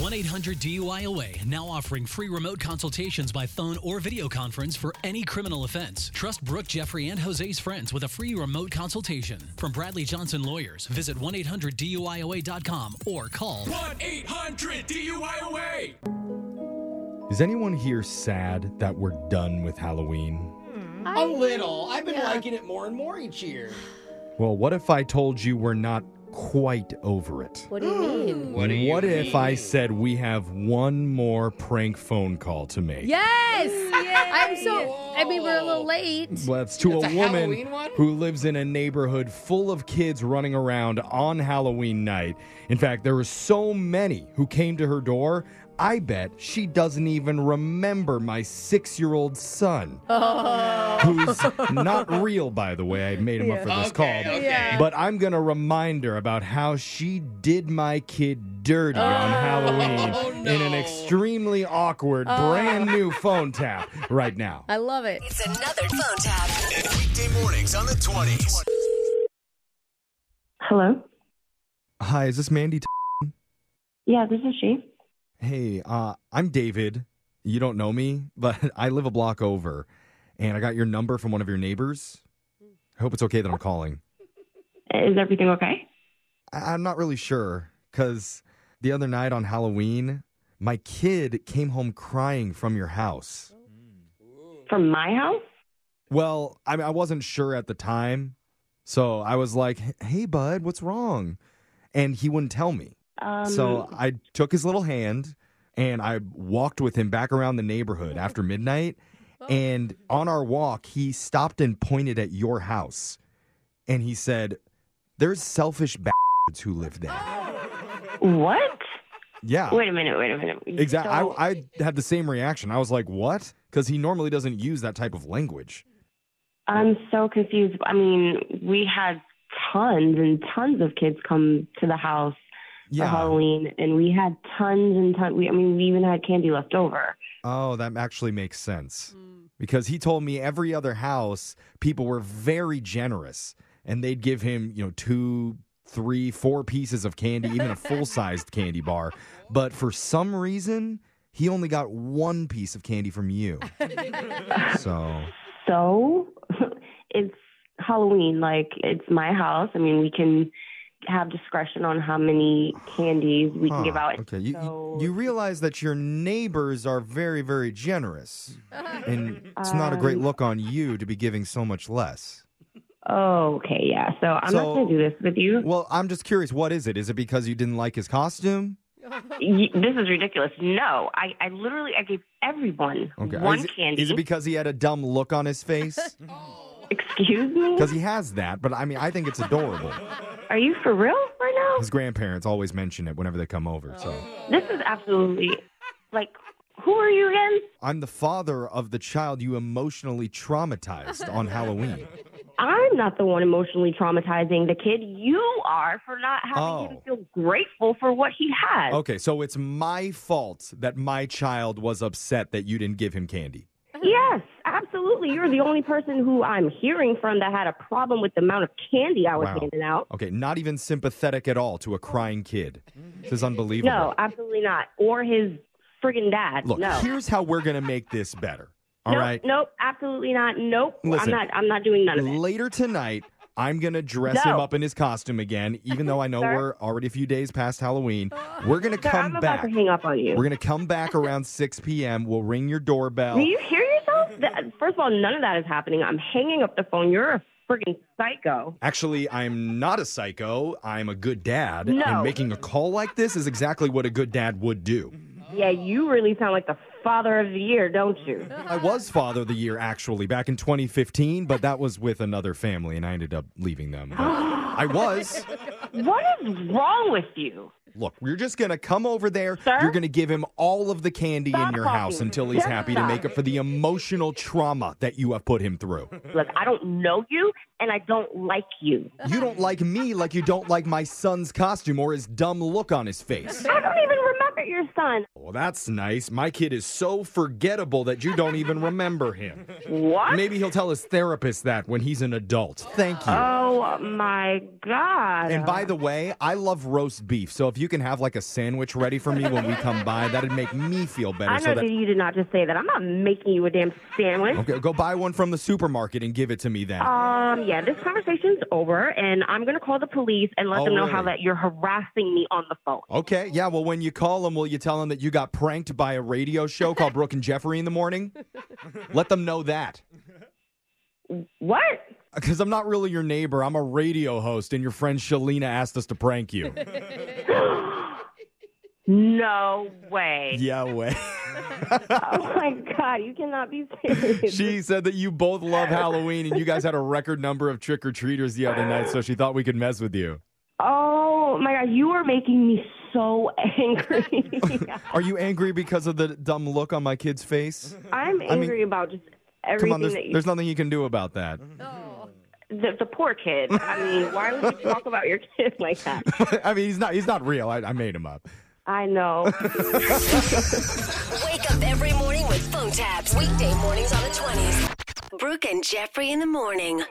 1 800 DUIOA now offering free remote consultations by phone or video conference for any criminal offense. Trust Brooke, Jeffrey, and Jose's friends with a free remote consultation. From Bradley Johnson Lawyers, visit 1 800 DUIOA.com or call 1 800 DUIOA. Is anyone here sad that we're done with Halloween? I- A little. I've been Yeah. liking it more and more each year. Well, what if I told you we're not quite over it? What do you mean? What do you if I mean? said we have one more prank phone call to make? Yes! I'm so. I mean, we're a little late. Well, it's to It's a a woman Halloween one? who lives in a neighborhood full of kids running around on Halloween night. In fact, there were so many who came to her door. I bet she doesn't even remember my six year old son, Oh. who's not real, by the way. I made him up for this Okay, call. okay. But I'm going to remind her about how she did my kid dirty on Halloween Oh, in an no. extremely awkward, brand new phone tap right now. I love it. It's another phone tap. Weekday mornings on the 20s. Hello? Hi, is this Mandy? Yeah, this is she. Hey, uh, I'm David. You don't know me, but I live a block over, and I got your number from one of your neighbors. I hope it's okay that I'm calling. Is everything okay? I- I'm not really sure, because the other night on Halloween, my kid came home crying from your house. From my house? Well, I mean, I wasn't sure at the time, so I was like, hey, bud, what's wrong? And he wouldn't tell me. Um, So I took his little hand and I walked with him back around the neighborhood after midnight. Oh. And on our walk, he stopped and pointed at your house. And he said, There's selfish bastards who live there. what? Yeah. Wait a minute, wait a minute. uh, Exactly. So- I, I had the same reaction. I was like, What? Because he normally doesn't use that type of language. I'm so confused. I mean, we had tons and tons of kids come to the house Yeah. for Halloween, and we had tons and tons. We, I mean, we even had candy left over. Oh, that actually makes sense. Because he told me every other house, people were very generous and they'd give him, you know, two, three, four pieces of candy, even a full sized candy bar. But for some reason, he only got one piece of candy from you. so, So it's Halloween. Like, it's my house. I mean, we can have discretion on how many candies we huh, can give out. Okay. You, So- you, you realize that your neighbors are very, very generous. And it's not a great Um, look on you to be giving so much less. Oh, okay, yeah. So I'm So- not going to do this with you. Well, I'm just curious, what is it? Is it because you didn't like his costume? Y- this is ridiculous. No, I, I literally I gave everyone one is it, candy. Is it because he had a dumb look on his face? Excuse me? Because he has that, but I mean, I think it's adorable. Are you for real right His grandparents always mention it whenever they come over. So now? This is absolutely like who are you again? I'm the father of the child you emotionally traumatized on Halloween. I'm not the one emotionally traumatizing the kid. You are for not having Oh. him feel grateful for what he has. Okay, so it's my fault that my child was upset that you didn't give him candy. Yes, absolutely. You're the only person who I'm hearing from that had a problem with the amount of candy I was Wow. handing out. Okay, not even sympathetic at all to a crying kid. This is unbelievable. No, absolutely not. Or his friggin' dad. Look, no. here's how we're gonna make this better. All nope, right. Nope, absolutely not. Nope. Listen. I'm not I'm not doing none of it. later tonight i'm gonna dress No. him up in his costume again even though i know Sir? we're already a few days past halloween we're gonna Sir, come I'm back about to hang up on you. we're gonna come back around 6 p.m we'll ring your doorbell Do you hear yourself? That- First of all, none of that is happening. I'm hanging up the phone. You're a friggin' psycho. actually i'm not a psycho i'm a good dad No. and making a call like this is exactly what a good dad would do Yeah, you really sound like the father of the year, don't you? i was father of the year actually back in 2015 but that was with another family and i ended up leaving them But i was what is wrong with you? Look, you're just going to come over there. Sir? You're going to give him all of the candy in Stop your talking. house until he's Just happy stop. to make up for the emotional trauma that you have put him through. Look, I don't know you. and I don't like you. You don't like me like you don't like my son's costume or his dumb look on his face. I don't even remember your son. Well, that's nice. My kid is so forgettable that you don't even remember him. What? Maybe he'll tell his therapist that when he's an adult. Thank you. Oh my God. And by the way, I love roast beef. So if you can have like a sandwich ready for me when we come by, that'd make me feel better. I know so that that you did not just say that. I'm not making you a damn sandwich. okay, go buy one from the supermarket and give it to me then. Um, yeah, this conversation's over, and I'm going to call the police and let Oh, them know how really? that you're harassing me on the phone. Okay, yeah. Well, when you call them, will you tell them that you got pranked by a radio show called Brooke and Jeffrey in the morning? Let them know that. What? Because I'm not really your neighbor. I'm a radio host, and your friend Shalina asked us to prank you. No way. yeah, way. Oh my God, you cannot be serious. She said that you both love Halloween, and you guys had a record number of trick or treaters the other night, so she thought we could mess with you. oh my God, you are making me so angry. Are you angry because of the dumb look on my kid's face? I'm mean- angry about just Come everything on, there's, that you. there's nothing you can do about that. the, the poor kid. I mean, why would you talk about your kid like that? I mean, he's not he's not real. I, I made him up. I know. Wake up every morning with phone taps. Weekday mornings on the 20s. Brooke and Jeffrey in the morning.